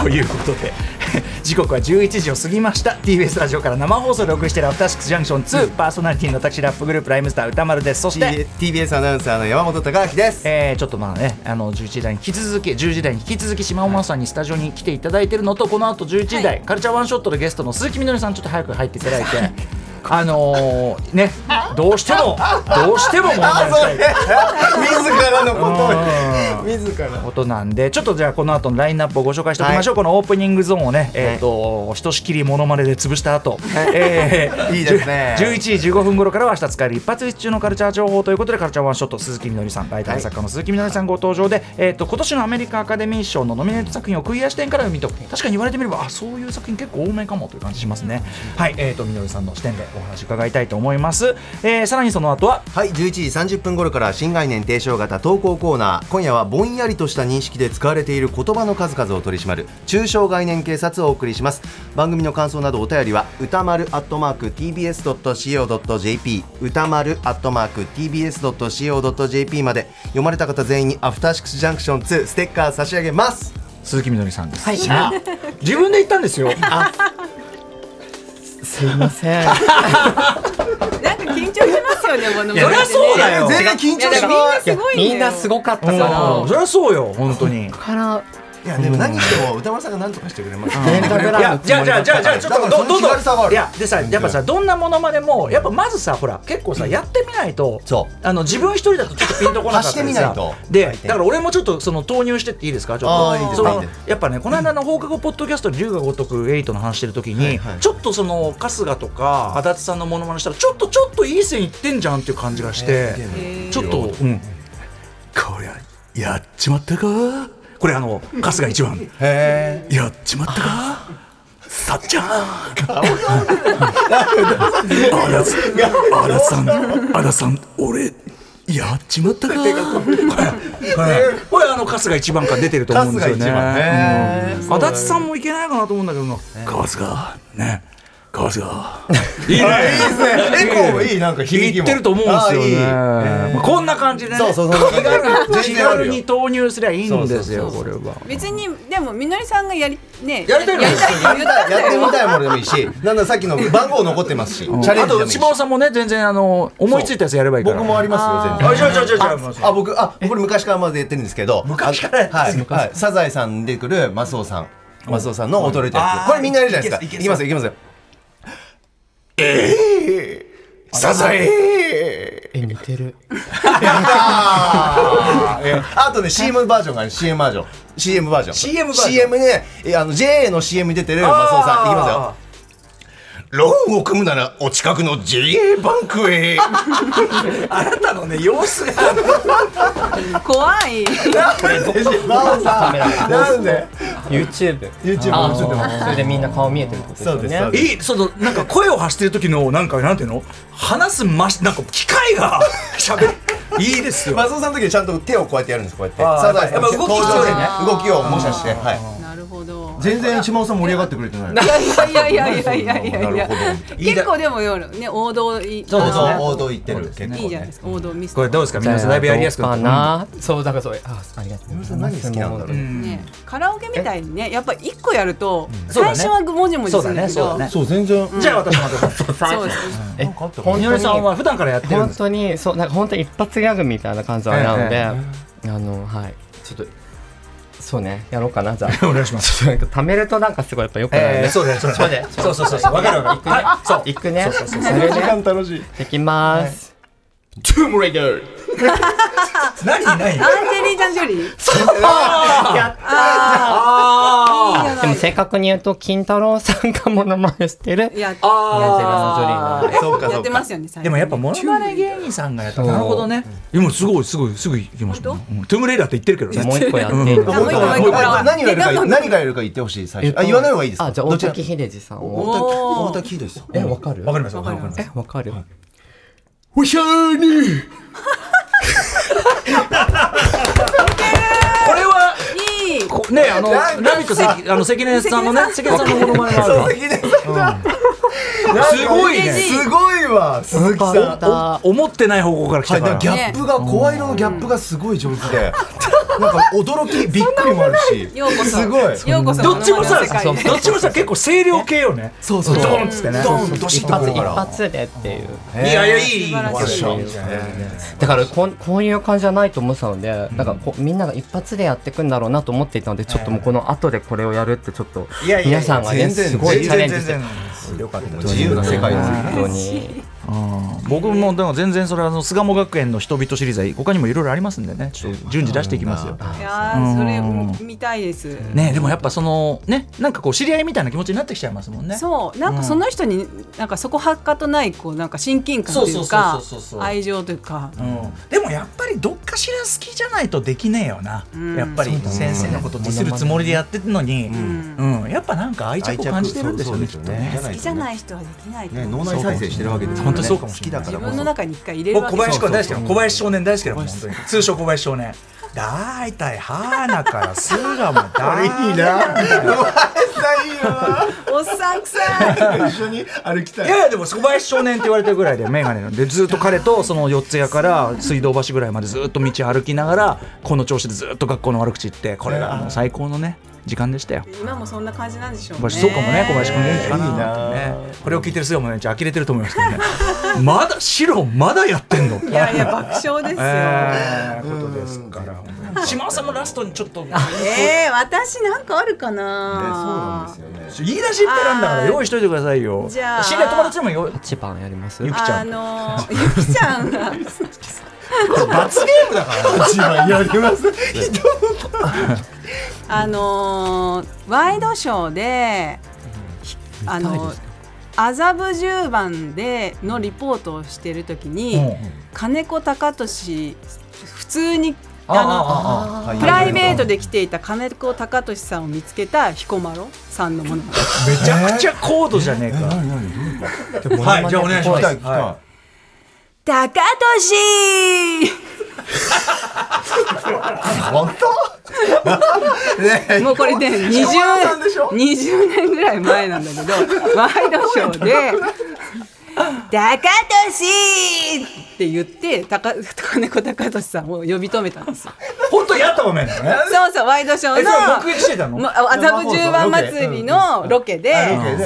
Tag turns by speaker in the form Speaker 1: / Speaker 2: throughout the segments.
Speaker 1: ということで 時刻は11時を過ぎました TBS ラジオから生放送でお送りしている「アフターシックスジャンクション2」パーソナリティの私ラップグループライムスター歌丸ですそして
Speaker 2: TBS アナウンサーの山本貴明です
Speaker 1: えー、ちょっとまあねあの11時台に引き続き10時台に引き続き島尾真央さんにスタジオに来ていただいてるのとこの後11時台、カルチャーワンショットでゲストの鈴木みのりさんちょっと早く入っていただいて あのーねどうしてもどうしても問題にしたい
Speaker 2: 自らの
Speaker 1: う
Speaker 2: とを 自ら
Speaker 1: ことなんでちょっとじゃあこの後のラインナップをご紹介しておきましょう、このオープニングゾーンをね、えー、とひとしきりモノマネで潰した後、えー
Speaker 2: いいですね
Speaker 1: 10 11時15分頃からは明日使える一発一中のカルチャー情報ということでカルチャーワンショット鈴木みのりさんライター作家の鈴木みのりさんご登場で、えー、と今年のアメリカアカデミー賞のノミネート作品をクリア視点から読み解く確かに言われてみればあそういう作品結構多めかもという感じしますね、はい、えー、とみのりさんの視点でお話伺いたいと思います、えー、さらにその後は
Speaker 2: はい11時30分頃から新概念提唱型投稿コーナー今夜はぼんやりとした認識で使われている言葉の数々を取り締まる中小概念警察をお送りします番組の感想などお便りは歌丸アットマーク TBS.CO.JP 歌丸アットマーク TBS.CO.JP まで読まれた方全員にアフターシックスジャンクション2ステッカー差し上げます
Speaker 1: 鈴木みのりさんです、
Speaker 3: はい
Speaker 1: さあ自分で言ったんですよ
Speaker 3: すいません。
Speaker 4: なんか緊張しますよね、この番組
Speaker 3: いや
Speaker 4: ね
Speaker 3: そりゃそうだよ
Speaker 2: 全然緊張
Speaker 4: いやだ
Speaker 2: し
Speaker 4: か
Speaker 2: ない
Speaker 4: らみんなすごいんだよ。
Speaker 3: みんなすごかったか
Speaker 1: うんそ
Speaker 3: ら。
Speaker 1: りゃそうよ本当に。
Speaker 3: から
Speaker 2: いやでも何しても歌丸さんが何とかしてくれます。
Speaker 3: ペンタグ
Speaker 1: い
Speaker 3: ラ
Speaker 1: や
Speaker 3: ム
Speaker 1: じゃあじゃあじゃあじゃあちょっと
Speaker 2: だから
Speaker 1: どどん
Speaker 2: そ
Speaker 1: ど
Speaker 2: の気軽さがあ
Speaker 1: ん
Speaker 2: る
Speaker 1: いやでさやっぱさどんなものまでもやっぱまずさほら結構さやってみないと
Speaker 2: そう
Speaker 1: あの自分一人だとちょっとピンとこなかったりさ
Speaker 2: 発してみないと
Speaker 1: で
Speaker 2: 回転
Speaker 1: だから俺もちょっとその投入してっていいですかちょっと
Speaker 2: あーいいです
Speaker 1: その
Speaker 2: いいです
Speaker 1: やっぱねこの間の放課後ポッドキャストで龍が如くエイトの話してる時に、
Speaker 2: はいはい
Speaker 1: ちょっとその春日とか足立さんのものまねしたらちょっとちょっといい線いってんじゃんっていう感じがして、
Speaker 4: へー
Speaker 1: ちょっと、うん、こりゃやっちまったかこれあの春日一番
Speaker 2: へえ。
Speaker 1: やっちまったかさっちゃんあらすあらさんあらさん俺やっちまったかこれこれあの春日一番から出てると思うんですよね
Speaker 2: 春日一番ね
Speaker 1: うん足立さんもいけないかなと思うんだけどな春日ね春日いいね
Speaker 2: いいですね。エコーもいいなんか響き
Speaker 1: 言
Speaker 2: も。
Speaker 1: ってると思うんですよね
Speaker 2: あーいい
Speaker 1: まあこんな感じでね
Speaker 2: そうそうそう
Speaker 1: 気軽気
Speaker 2: 全然ある
Speaker 1: 軽
Speaker 2: よ
Speaker 1: に投入すりゃいいんですよ
Speaker 2: そう
Speaker 1: これは
Speaker 4: 別にでもみのりさんがやりね
Speaker 1: やりたいの
Speaker 4: やりたいって言ったんだ
Speaker 2: やってみ
Speaker 4: よ。
Speaker 2: たいものでもいいし、なんださっきの番号残ってますし、チャレ
Speaker 1: あ
Speaker 2: ンジで
Speaker 1: と
Speaker 2: もいいし
Speaker 1: 島尾。さんもね全然あの思いついたやつやればいいから
Speaker 2: 僕もありますよ全
Speaker 1: あ
Speaker 2: 然。
Speaker 1: じゃあじゃあじゃあじゃあ
Speaker 2: あ僕あこれ昔からまでやってるんですけど。
Speaker 1: 昔からやってる
Speaker 2: はいはい。サザエさんに出てくるマスオさん、マスオさんの踊れてる
Speaker 1: あー
Speaker 2: これみんなやるじゃないですか。いきますよいきますよ。ええ。サザエ。
Speaker 3: え似 てる。
Speaker 2: あーえあとね CM バージョンがある CM バージョン CM バージョン
Speaker 1: CM バージョン
Speaker 2: CM ねえあの JA の CM に出てる松尾さんいきますよローンを組むならお近くの JA バンク
Speaker 1: す
Speaker 2: へ
Speaker 1: よあなたのね様子が
Speaker 4: 怖い。
Speaker 2: マオさんなんで
Speaker 3: YouTube。
Speaker 2: YouTube
Speaker 3: あ
Speaker 2: もちょっと
Speaker 3: ーそれでみんな顔見えてるってことです
Speaker 2: そ
Speaker 3: よ
Speaker 2: うで
Speaker 3: ね。
Speaker 1: いいそのなんか声を発してる時のなんかなんていうの話すましなんか機械が喋るいいですよ
Speaker 2: 松尾さんの時にちゃんと手をこうやってやるんですこうやって
Speaker 1: あー
Speaker 2: サザエさん
Speaker 1: やっぱ動き
Speaker 2: 登場
Speaker 1: 必
Speaker 2: で
Speaker 1: 要
Speaker 2: ね
Speaker 1: だ
Speaker 2: 動きを模写してはい
Speaker 4: なるほど。
Speaker 2: 全然一番さん盛り上がってくれてない
Speaker 4: いやいやいやいやいやいやいやい
Speaker 2: な
Speaker 4: や
Speaker 2: るほどみたいな
Speaker 4: 結構でも夜ね王道い
Speaker 1: そうですね
Speaker 4: あの
Speaker 2: 王道行ってる結構ね
Speaker 4: いいじゃないですか王道ミス
Speaker 1: これどうですか皆さんだいぶやりやすく
Speaker 3: か
Speaker 1: なっ
Speaker 3: な。そうだからそうあありがとうござい
Speaker 2: 皆
Speaker 3: ます。
Speaker 2: さん何好きなんだろう
Speaker 3: う
Speaker 1: た
Speaker 3: ん
Speaker 4: ねカラオケみたいにねやっぱ一個やると
Speaker 1: そう
Speaker 4: 最
Speaker 1: だね
Speaker 4: 初はもじもじす
Speaker 1: そうだ
Speaker 4: るんだ
Speaker 1: ね
Speaker 4: け
Speaker 1: そうだ
Speaker 4: ど
Speaker 1: ね
Speaker 2: そう全然
Speaker 1: じゃあ私も私も
Speaker 4: そうです
Speaker 3: え
Speaker 2: なんかあった
Speaker 3: 本
Speaker 1: みのりさんは普段からやってるん
Speaker 3: 本
Speaker 1: です
Speaker 3: 当にそうなんか本当に一発ギャグみたいな感じはなので、あのはいちょっとそうねやろうかなじゃあ。
Speaker 1: お願いします
Speaker 3: ちょっとなんか貯めるとなんかすごいやっぱ良くないね。
Speaker 1: えーそうだよそうだよそうそうそうそうわかるわかるはいそう
Speaker 3: 行くね。それ
Speaker 2: 時
Speaker 3: ね。
Speaker 2: 間楽しい
Speaker 3: できます。トゥームレイダー。
Speaker 1: 何ない
Speaker 4: アンジェリージャンジョリー
Speaker 1: あ
Speaker 4: いいじゃ
Speaker 3: で
Speaker 4: な
Speaker 3: も
Speaker 4: い
Speaker 3: 正確に言うと金太郎さんがモノマネしてる
Speaker 4: や
Speaker 1: あ
Speaker 3: アンジェリーナジョリー
Speaker 1: あ
Speaker 3: の
Speaker 2: そうか
Speaker 4: や
Speaker 2: そ
Speaker 4: っ
Speaker 2: う
Speaker 4: て
Speaker 2: か
Speaker 4: ますよね最近
Speaker 1: でもやっぱモノマネ芸人さんがやったなるほどねでもすごいすごいすぐ行きましたねうんトゥームレイダーって言ってるけどね
Speaker 3: もう一個やっていいです
Speaker 4: あ
Speaker 3: か
Speaker 4: もう一個もう一個ほら
Speaker 2: 何がやる
Speaker 4: いや
Speaker 2: か
Speaker 4: どんどん
Speaker 2: 何がやるか言ってほしい最
Speaker 3: えっ
Speaker 2: 初
Speaker 3: と
Speaker 2: あ言わない方がいいですか
Speaker 3: あじゃあ
Speaker 2: ど
Speaker 3: 大
Speaker 2: ちら
Speaker 3: 滝秀治さん
Speaker 4: お
Speaker 3: を
Speaker 2: 大
Speaker 4: ー
Speaker 2: 滝秀ですよ
Speaker 3: えわかる
Speaker 1: わかりますわ
Speaker 4: わ
Speaker 1: か
Speaker 4: か
Speaker 1: りま
Speaker 4: りますす
Speaker 3: えわかる
Speaker 1: おしゃーにこれはい
Speaker 4: い
Speaker 1: こねあの
Speaker 2: な
Speaker 1: ラ
Speaker 2: んか
Speaker 1: ビット関あの関根さんのね関根さんのモノマネがあるわ
Speaker 2: 大滝秀
Speaker 1: すごいね
Speaker 2: すごいわ鈴木さん
Speaker 3: わかった
Speaker 1: 思ってない方向から来
Speaker 2: は
Speaker 1: た
Speaker 2: い、で
Speaker 1: から
Speaker 2: もギャップが、声色のギャップがすごい上手で、なんか驚きびっくりもあるし
Speaker 4: ようこそ
Speaker 2: すごい
Speaker 4: ようこそ
Speaker 1: どっちもさ
Speaker 4: モノマネの世界
Speaker 1: どっちもさ結構清涼系よね
Speaker 2: そうそう
Speaker 1: ドーンっつってね
Speaker 2: ドーンどし
Speaker 3: 一
Speaker 2: っと
Speaker 3: 発
Speaker 2: こ
Speaker 3: 一
Speaker 2: から
Speaker 3: 発でっていう
Speaker 1: いやいやいいいい
Speaker 4: 素晴らしい
Speaker 1: よっしゃみたいなね
Speaker 3: だからこんこういう感じじゃないと思ってたので、なんかこうみんなが一発でやっていくんだろうなと思っていたのでちょっともうこの後でこれをやるってちょっと
Speaker 1: いやいや
Speaker 3: 皆さんがね
Speaker 2: 全然
Speaker 3: すごいチャレンジして
Speaker 1: よかった
Speaker 2: 自由な世界ですよ
Speaker 3: 本当に
Speaker 1: うん僕もでも全然それはあの巣鴨学園の人々シリーズは他にもいろいろありますんでねちょっと順次出していきますよ。
Speaker 4: いやーそれも見たいです、
Speaker 1: ねでもやっぱそのねなんかこう知り合いみたいな気持ちになってきちゃいますもんね。
Speaker 4: そうなんかその人に、なんかそこはかとないこうなんか親近感という
Speaker 1: そ
Speaker 4: か
Speaker 1: うそうそうそうそう
Speaker 4: 愛情というか
Speaker 1: うんでもやっぱりどっかしら好きじゃないとできねえよな、
Speaker 4: うん
Speaker 1: やっぱり先生のことディスるつもりでやってるのに、うんやっぱなんか愛着を感じてるんでしょうね
Speaker 2: 愛着
Speaker 1: きっ
Speaker 2: そう
Speaker 1: と
Speaker 2: そう
Speaker 1: ね
Speaker 2: ですよね。
Speaker 4: 好きじゃない人はできないと
Speaker 2: ね、
Speaker 4: 思う、
Speaker 2: 脳内再生してるわけです
Speaker 1: 本当そうかもし
Speaker 2: 好
Speaker 1: れ
Speaker 2: き
Speaker 1: ない
Speaker 2: だから
Speaker 4: 自
Speaker 2: こ
Speaker 4: 分の
Speaker 2: そ
Speaker 4: 中に一回入れる
Speaker 1: 僕
Speaker 4: わけ
Speaker 1: 小林君大好きなの小林少年大好きだもん本当に通称小林少年だいたい花から巣鴨だい
Speaker 2: いいな
Speaker 4: おっさんくさい
Speaker 2: 一緒に歩きた
Speaker 1: いやいやでも小林少年って言われてるぐらいで眼鏡のでずっと彼とその四ツ谷から水道橋ぐらいまでずっと道歩きながらこの調子でずっと学校の悪口言ってこれがもう最高のね時間でしたよ。
Speaker 4: 今もそんな感じなんでしょう
Speaker 1: 小
Speaker 4: ね
Speaker 1: 林そうかもね小林君元気かな,、
Speaker 2: いいな
Speaker 1: ね、これを聞いてる姿もねちょっと呆れてると思いますけどねまだ白まだやってんの
Speaker 4: いやいや爆笑ですよ、
Speaker 1: えー、ことですから本当に島尾さんもラストにちょっと
Speaker 4: えー、私なんかあるか
Speaker 2: そうなん
Speaker 4: な、
Speaker 2: ですよね
Speaker 1: 言い出しっぺなんだから用意しといてくださいよ。
Speaker 4: じゃあ
Speaker 1: 知り合い友達でもよ
Speaker 3: 一番やります
Speaker 1: ゆきちゃ
Speaker 4: あ
Speaker 1: ん。
Speaker 4: のー、ゆきちゃんが
Speaker 2: 罰ゲームだから一番やりますひど
Speaker 4: あのー、ワイドショーでひあのー麻布十番でのリポートをしてるときに、金子貴俊普通にあの
Speaker 1: あ
Speaker 2: い
Speaker 4: プライベートで来ていた金子貴俊さんを見つけた彦摩呂さんのもの
Speaker 1: めちゃくちゃ高度じゃねえか。はい、じゃあお願いします。
Speaker 2: 聞きたい聞きたい
Speaker 1: は
Speaker 4: 「貴俊!」
Speaker 2: 本当ねえ
Speaker 4: もう これね 20, 20年ぐらい前なんだけどワイドショーで「高俊!」って言って高金子高俊さんを呼び止めたんですよ。
Speaker 1: い本当やったごめんね。
Speaker 4: そうそうワイドショー
Speaker 1: え、そ
Speaker 4: の
Speaker 1: れ目撃してたの
Speaker 4: もう麻布十番祭りのロケで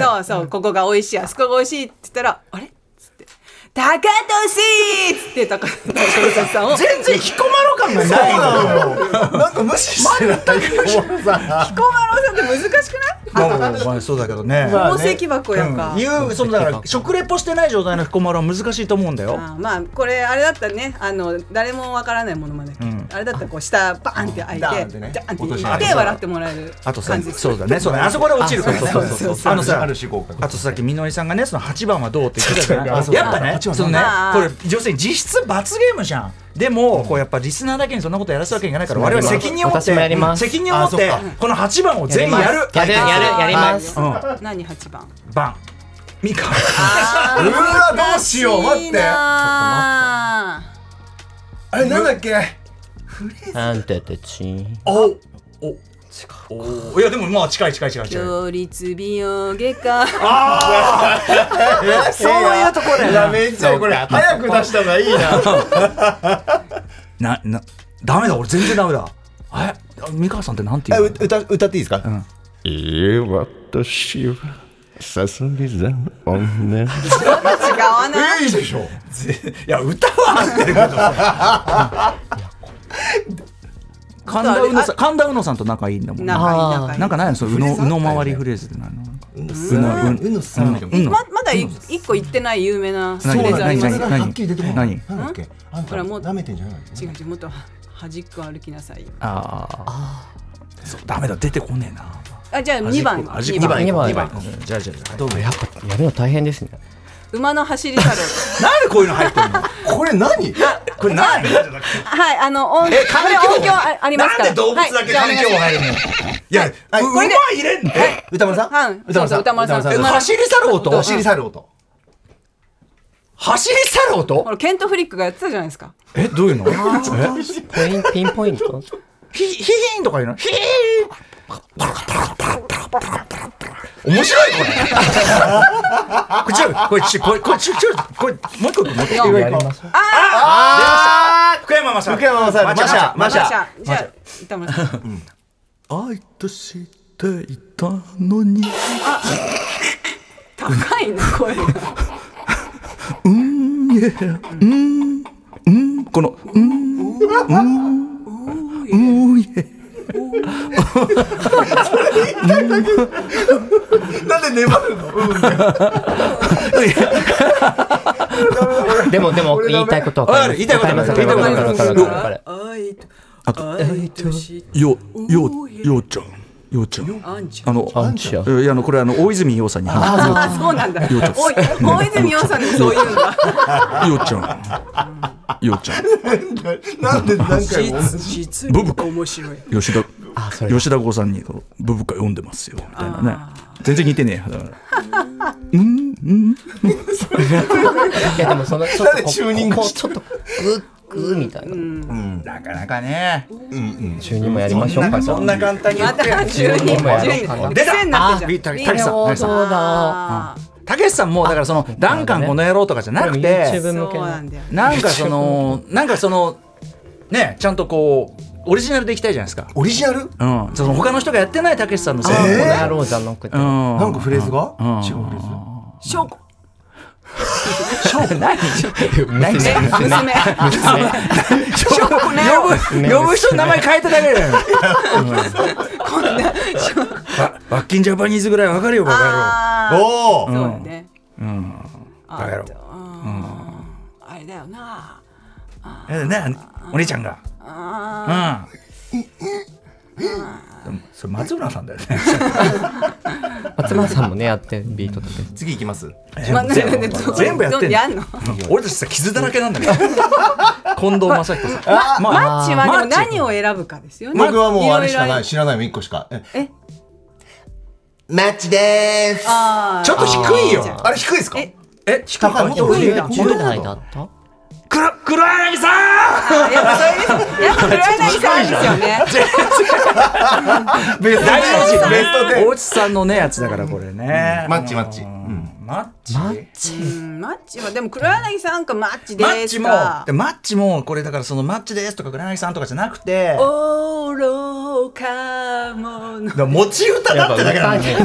Speaker 4: そうそうここが美味しいあそこが美味しいって言ったら「あれ?」っつって「高俊!」っつって高俊さんを
Speaker 1: 全然引き込まろ感がないのよ。
Speaker 2: なんか無視してない
Speaker 4: 彦摩呂さんって難しくない
Speaker 1: まあまあまあそうだけどね。
Speaker 2: まあね
Speaker 4: 宝石箱やんか。
Speaker 1: いうそのだから食レポしてない状態の彦摩呂は難しいと思うんだよ。
Speaker 4: あーまあこれあれだったらねあの誰もわからないものまで、
Speaker 1: ん
Speaker 4: あれだったらこう下バーンって開いて
Speaker 2: ダ
Speaker 4: ダ
Speaker 2: ーン
Speaker 4: ー
Speaker 2: っ
Speaker 4: ンってて
Speaker 2: ね
Speaker 4: 言って笑ってもらえる
Speaker 1: あとさ
Speaker 4: 感じ、です
Speaker 1: そうだね、そうだね、あそこで落ちるからね。
Speaker 2: あそうそうそうそう
Speaker 1: あのさ
Speaker 2: ある種合格
Speaker 1: あとさっきみのりさんがね、その八番はどうって言ってたじゃ
Speaker 2: あそ
Speaker 1: ない。
Speaker 2: うそう
Speaker 1: やっぱね、
Speaker 2: 八番
Speaker 1: そのね
Speaker 4: あ、
Speaker 1: こ
Speaker 4: ー
Speaker 1: れ女性実質罰ゲームじゃん。でも、こうやっぱリスナーだけにそんなことやらすわけにいかないから、我々責任を持っ
Speaker 3: 私もやり
Speaker 1: て、
Speaker 3: ます
Speaker 1: 責任を持っ
Speaker 2: あ
Speaker 1: て
Speaker 2: そっか、
Speaker 1: この八番を全員やる。
Speaker 3: やるやるやります
Speaker 1: うん、
Speaker 4: 何八番
Speaker 1: バン。ミカ。
Speaker 4: あ
Speaker 2: うわどうしよう待って
Speaker 4: あ
Speaker 2: あれなんだっけ
Speaker 3: あんたたち
Speaker 1: おおおおいやでもまあ近い近い近い近い
Speaker 4: 強立美容外科
Speaker 2: そういうところやめっちゃこれ早く出した方がいい
Speaker 1: な
Speaker 2: な
Speaker 1: なダメだ俺全然ダメだえ美川さんってなんて言うの
Speaker 2: 歌歌っていいですか
Speaker 5: いい私はさそり座女
Speaker 4: 違わない
Speaker 2: いいでしょ
Speaker 1: いや歌は合ってるけど神田うのさん神田うのさんと仲いいんだもんね
Speaker 4: 仲いい仲いい
Speaker 1: なんかないのそのうのうの回りフレーズってないのうのう
Speaker 2: うのさんだけど
Speaker 1: うの
Speaker 4: ままだい一個言ってない有名なフ
Speaker 1: 何
Speaker 4: レーズあります
Speaker 1: 何何
Speaker 4: よ
Speaker 1: 何
Speaker 2: はっきり出てこないなんだっけあん
Speaker 4: ほ
Speaker 2: た
Speaker 4: らもう
Speaker 2: 舐めてんじゃないの
Speaker 4: 違う違うもっと端っこ歩きなさいよ
Speaker 1: ああそうダメだ出てこねえな
Speaker 4: あじゃあ二番
Speaker 1: 端っこ
Speaker 4: 二
Speaker 1: 端っこ
Speaker 4: 番
Speaker 3: 二番
Speaker 1: 二じゃあじゃあじゃあどうも
Speaker 3: やっぱやるの大変ですね
Speaker 4: 馬の走り猿
Speaker 1: なんでこういうの入ってるの
Speaker 2: これ何
Speaker 1: これ何
Speaker 4: はいあの音え
Speaker 1: 神経
Speaker 4: 音響あありますからはいじゃあお願いします
Speaker 1: 入るのいや、
Speaker 2: はいうこ
Speaker 1: 馬
Speaker 2: れで
Speaker 1: 入れんのえ
Speaker 2: 歌丸さん
Speaker 4: はいそうそう歌丸さん
Speaker 2: 歌丸
Speaker 4: 馬の
Speaker 1: 走り去る音
Speaker 2: お尻去る音
Speaker 1: 走り去る音
Speaker 4: ほらケント・フリックがやってたじゃないですか。
Speaker 1: え、どういうの
Speaker 3: ポインピンポイント
Speaker 1: ヒヒヒーンとか言うのヒヒーン面白いこれ これちょこれちょこれこれちょちょこれもう一個もう一個
Speaker 4: 四
Speaker 3: やりましょう
Speaker 4: あ
Speaker 1: 福山雅治
Speaker 2: 福山雅治
Speaker 1: マシャ
Speaker 2: マシャ
Speaker 4: じゃあ板村さん
Speaker 5: 愛としていたのに
Speaker 4: 高いな声が
Speaker 5: うんいやうんうんこのうんうんうんいや
Speaker 2: なんで粘るの
Speaker 3: でもでも言いたいことは分かります
Speaker 1: 言いたいことは分かる
Speaker 3: 分かります分かる分かる分かる
Speaker 4: 愛と愛とし
Speaker 5: よよようちゃんようちゃん
Speaker 4: あんちゃん
Speaker 1: あの
Speaker 3: あんちゃん
Speaker 1: いやあのこれあの大泉洋さんに話
Speaker 4: あそうなんだおい大泉洋さんにそういうのが
Speaker 5: ようちゃんようちゃん
Speaker 2: なんで何回も
Speaker 4: 実実に面白い
Speaker 5: 吉田
Speaker 3: あそれだ
Speaker 5: 吉田剛さんにこう「ブブカ読んでますよ」みたいなね全然似てねえだから
Speaker 3: いやでもそのちょっ
Speaker 2: なん
Speaker 3: と
Speaker 2: で
Speaker 3: こ
Speaker 2: チューニング
Speaker 3: こ
Speaker 2: し
Speaker 3: うちょっとグッグーみたいな
Speaker 1: なかなかね
Speaker 3: チューニングもやりましょうかじゃあ
Speaker 1: そんな簡単に言
Speaker 4: ま
Speaker 1: って
Speaker 4: た10人
Speaker 3: もやろう
Speaker 4: 10
Speaker 3: か
Speaker 4: 人
Speaker 3: な
Speaker 1: 出た
Speaker 4: 癖になってるじゃ
Speaker 1: た
Speaker 4: ん
Speaker 1: たけしさんたけしさん
Speaker 3: そうだ
Speaker 4: あー
Speaker 1: たけしさんもだからその「ダンカンこの野郎」とかじゃなく
Speaker 3: これ YouTube
Speaker 1: て
Speaker 3: 自分
Speaker 4: そ
Speaker 3: 向け
Speaker 4: う
Speaker 3: の
Speaker 4: なんだよ
Speaker 1: なんかそ のなんかそのねちゃんとこうオリジナルでいきたいじゃないですか
Speaker 2: オリジナル
Speaker 1: うんその他の人がやってないたけしさんのせい
Speaker 3: こ
Speaker 2: え
Speaker 3: の
Speaker 2: ー
Speaker 3: 野郎じゃなくて
Speaker 1: うん
Speaker 2: なんかフレーズが
Speaker 1: ん
Speaker 2: 違うフレー
Speaker 4: 証拠
Speaker 1: 何
Speaker 3: 何
Speaker 4: え娘証拠ね
Speaker 1: 呼ぶ呼ぶ人の名前変えただけだよ
Speaker 4: こんな
Speaker 1: ババッキンジャパニーズぐらいわかるよバカ
Speaker 4: あ
Speaker 2: ズ
Speaker 4: ー
Speaker 2: おお
Speaker 4: そうだね
Speaker 1: 野郎バカ野郎
Speaker 4: あれだよな
Speaker 1: えねお姉ちゃんがうんでもそれ松村さんだよね
Speaker 3: 松村さんもねやってるビートとか
Speaker 2: 次いきます
Speaker 4: まあなんで
Speaker 1: 全部
Speaker 4: どう
Speaker 1: 全部やってん
Speaker 4: どう
Speaker 1: の
Speaker 4: やんの
Speaker 1: 俺たちさ傷だらけなんだけど近藤正彦さんま
Speaker 4: マッチはで
Speaker 1: マッ
Speaker 4: も
Speaker 1: チ
Speaker 4: 何を選ぶかですよね
Speaker 2: 僕はもうあれしか
Speaker 4: ろ
Speaker 2: ない
Speaker 4: ろ
Speaker 2: 知らないも1個しかえ
Speaker 4: え
Speaker 2: マッチでーす
Speaker 4: あ
Speaker 1: ちょっと低いよ
Speaker 2: あれ低いですか
Speaker 4: え
Speaker 1: え低い
Speaker 2: 高い
Speaker 1: 低い
Speaker 2: 高い
Speaker 3: 10代だった
Speaker 1: 黒黒柳さん
Speaker 4: あやっぱそういうやっぱ黒柳さんですよね
Speaker 2: ベスト
Speaker 1: 大の字
Speaker 2: ベストテン
Speaker 1: 大内さんのねやつだからこれね
Speaker 2: マッチマッチ
Speaker 1: うんマッチ
Speaker 3: マッチ
Speaker 4: うんマッチはでも黒柳さんかマッチで
Speaker 1: マッチ
Speaker 4: す
Speaker 1: も
Speaker 4: か
Speaker 1: でマッチもこれだからそのマッチですとか黒柳さんとかじゃなくて
Speaker 4: 愚か者
Speaker 2: だから持ち歌だってだけなんだよ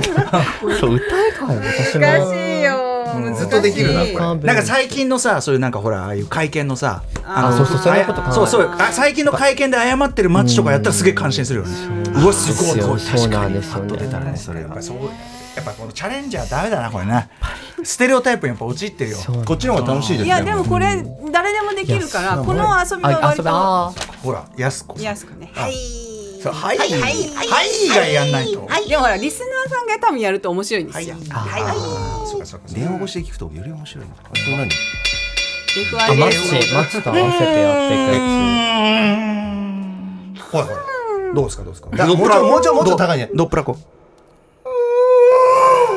Speaker 3: そう歌いかい私の
Speaker 4: 難しいよ難しい
Speaker 2: ずっとできるなこれ
Speaker 1: なんか最近のさそういうなんかほらああいう会見のさ
Speaker 4: あー
Speaker 1: の
Speaker 4: そう
Speaker 3: そうそういうこと考える
Speaker 1: そうそうあ最近の会見で謝ってるマッチとかやったらすげえ感心するよねうわすごいこれ
Speaker 3: そう
Speaker 1: 確
Speaker 3: な
Speaker 1: か
Speaker 3: ん
Speaker 1: に
Speaker 3: ですよね
Speaker 2: たらねそれ
Speaker 1: やっ
Speaker 2: は
Speaker 1: ぱそうやっぱこのチャレンジャーダメだなこれなステレオタイプにやっぱ陥ってるよ
Speaker 3: そう
Speaker 2: こっちの方が楽しいです
Speaker 4: い
Speaker 2: ね
Speaker 4: やでもこれ誰でもできるからこの遊びは
Speaker 3: あ遊
Speaker 4: 割
Speaker 3: び
Speaker 4: と
Speaker 3: あ
Speaker 1: ほらやす子さん
Speaker 4: 安くねはい
Speaker 1: そうはいはいはいがやんないと
Speaker 4: でもほらリスナーさんが多分やると面白いんですよ
Speaker 1: あーそうかそうかそうか
Speaker 2: 電話越しで聞くとより面白いなこれ何
Speaker 4: F
Speaker 3: ーあ
Speaker 4: I
Speaker 3: マッ
Speaker 4: L
Speaker 3: チマッチと合わせてやっていく
Speaker 1: ほらほらどうですかどうですか
Speaker 2: だもうちょいもうちょいもうちょい高いね
Speaker 1: ドップラコ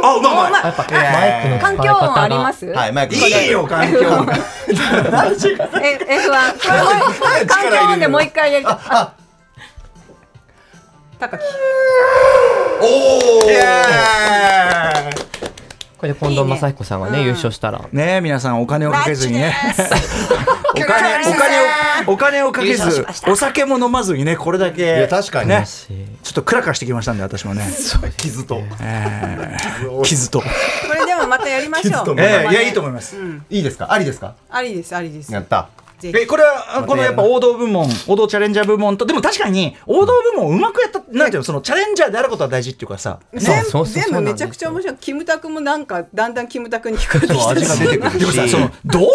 Speaker 1: あうまいうまい
Speaker 4: まあ
Speaker 3: マイクの使
Speaker 4: 環
Speaker 3: い
Speaker 4: 境音あ
Speaker 3: 方
Speaker 4: りま
Speaker 3: が
Speaker 4: す
Speaker 2: はいマイク
Speaker 1: いいよ環境音
Speaker 4: え F1 これもう環境音でもう一回やりたいあ高木
Speaker 2: おお
Speaker 3: これで近藤正彦さんがね優勝したら
Speaker 1: ねえ皆さんお金をかけずにね
Speaker 4: マッチです
Speaker 1: お金お金をお金をかけずお酒も飲まずにねこれだ
Speaker 2: い
Speaker 1: け
Speaker 2: や確かに
Speaker 1: ねちょっとクラクラしてきましたんで私もね
Speaker 2: 傷と
Speaker 1: 傷と
Speaker 4: これでもまたやりましょ
Speaker 2: 傷と
Speaker 4: う
Speaker 2: ね
Speaker 1: ええいやいいと思います
Speaker 2: いいですかありですか
Speaker 4: ありですありです
Speaker 2: やった
Speaker 4: ぜひ
Speaker 1: えこれはこのやっぱ王道部門王道チャレンジャー部門とでも確かに王道部門をうまくやったなんていうのそのチャレンジャーであることは大事っていうかさ
Speaker 3: そう
Speaker 4: 全
Speaker 3: そ
Speaker 4: 部
Speaker 3: うそう
Speaker 4: 全
Speaker 3: そうな
Speaker 4: 部
Speaker 3: んで
Speaker 4: め
Speaker 3: すよ
Speaker 4: ちゃくちゃ面白いキムタクもなんかだんだんキムタクに聞こえて
Speaker 2: そう味
Speaker 4: き
Speaker 2: が
Speaker 4: た
Speaker 2: 出
Speaker 4: して
Speaker 2: くる
Speaker 1: でもさ
Speaker 2: し
Speaker 1: その動物は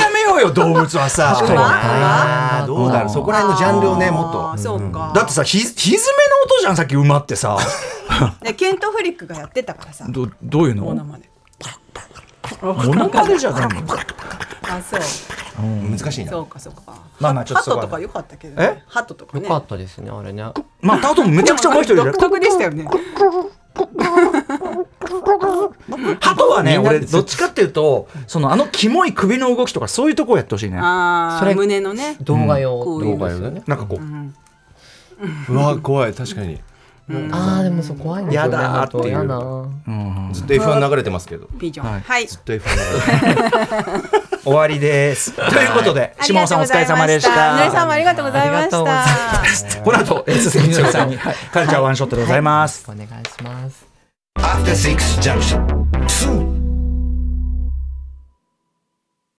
Speaker 1: やめようよ動物は さ
Speaker 3: 確かに
Speaker 2: あーどうだろうそこら辺のジャンルをねもっ
Speaker 4: あー
Speaker 2: と
Speaker 4: そうか
Speaker 1: だってさひひずめの音じゃんさっき馬ってさ
Speaker 4: でケント・フリックがやってたからさ
Speaker 1: どどういうの
Speaker 4: モノ
Speaker 1: モ
Speaker 4: マネ
Speaker 1: ノマネじゃないの
Speaker 4: あそう
Speaker 2: 難しいな
Speaker 4: そうかそうか
Speaker 1: まあまあちょっとそこは
Speaker 4: ハトとか良かったけど
Speaker 1: え
Speaker 4: ねハトとか
Speaker 3: よ
Speaker 4: ね
Speaker 3: かったですねあれね
Speaker 1: まあタトもめちゃくちゃ覚えてるじゃん
Speaker 4: 独特でしたよね
Speaker 1: 鳩はね
Speaker 3: みんな
Speaker 1: 俺どっちかっていうとそのあのキモい首の動きとかそういうとこをやってほしいね
Speaker 4: あ
Speaker 3: それ
Speaker 4: あ胸のね
Speaker 3: 動画用
Speaker 4: こういうの
Speaker 3: 動画用だね
Speaker 1: なんかこう、
Speaker 2: うわ怖い確かに
Speaker 3: あーでもそう怖いんですよね
Speaker 1: やだーっていう
Speaker 3: 本当やだー
Speaker 2: ずっと F1 流れてますけど
Speaker 4: ピージョ
Speaker 1: はい
Speaker 4: ンはい
Speaker 2: ずっと F1 流れて
Speaker 1: 終わり です。ということで、
Speaker 4: あり
Speaker 1: 下
Speaker 4: が
Speaker 1: 尾さ
Speaker 4: と
Speaker 1: ん
Speaker 4: う
Speaker 1: お疲
Speaker 4: ござ
Speaker 1: れ
Speaker 4: いま
Speaker 1: 様でし
Speaker 4: ぬりさん
Speaker 1: た。
Speaker 4: もありがとうございまし
Speaker 3: ありがとうございま
Speaker 4: た。
Speaker 1: この後、えー鈴木みのりさんに、はいカルチャーワンショットでございます。
Speaker 3: お願いします。
Speaker 6: After Six Junction. 2.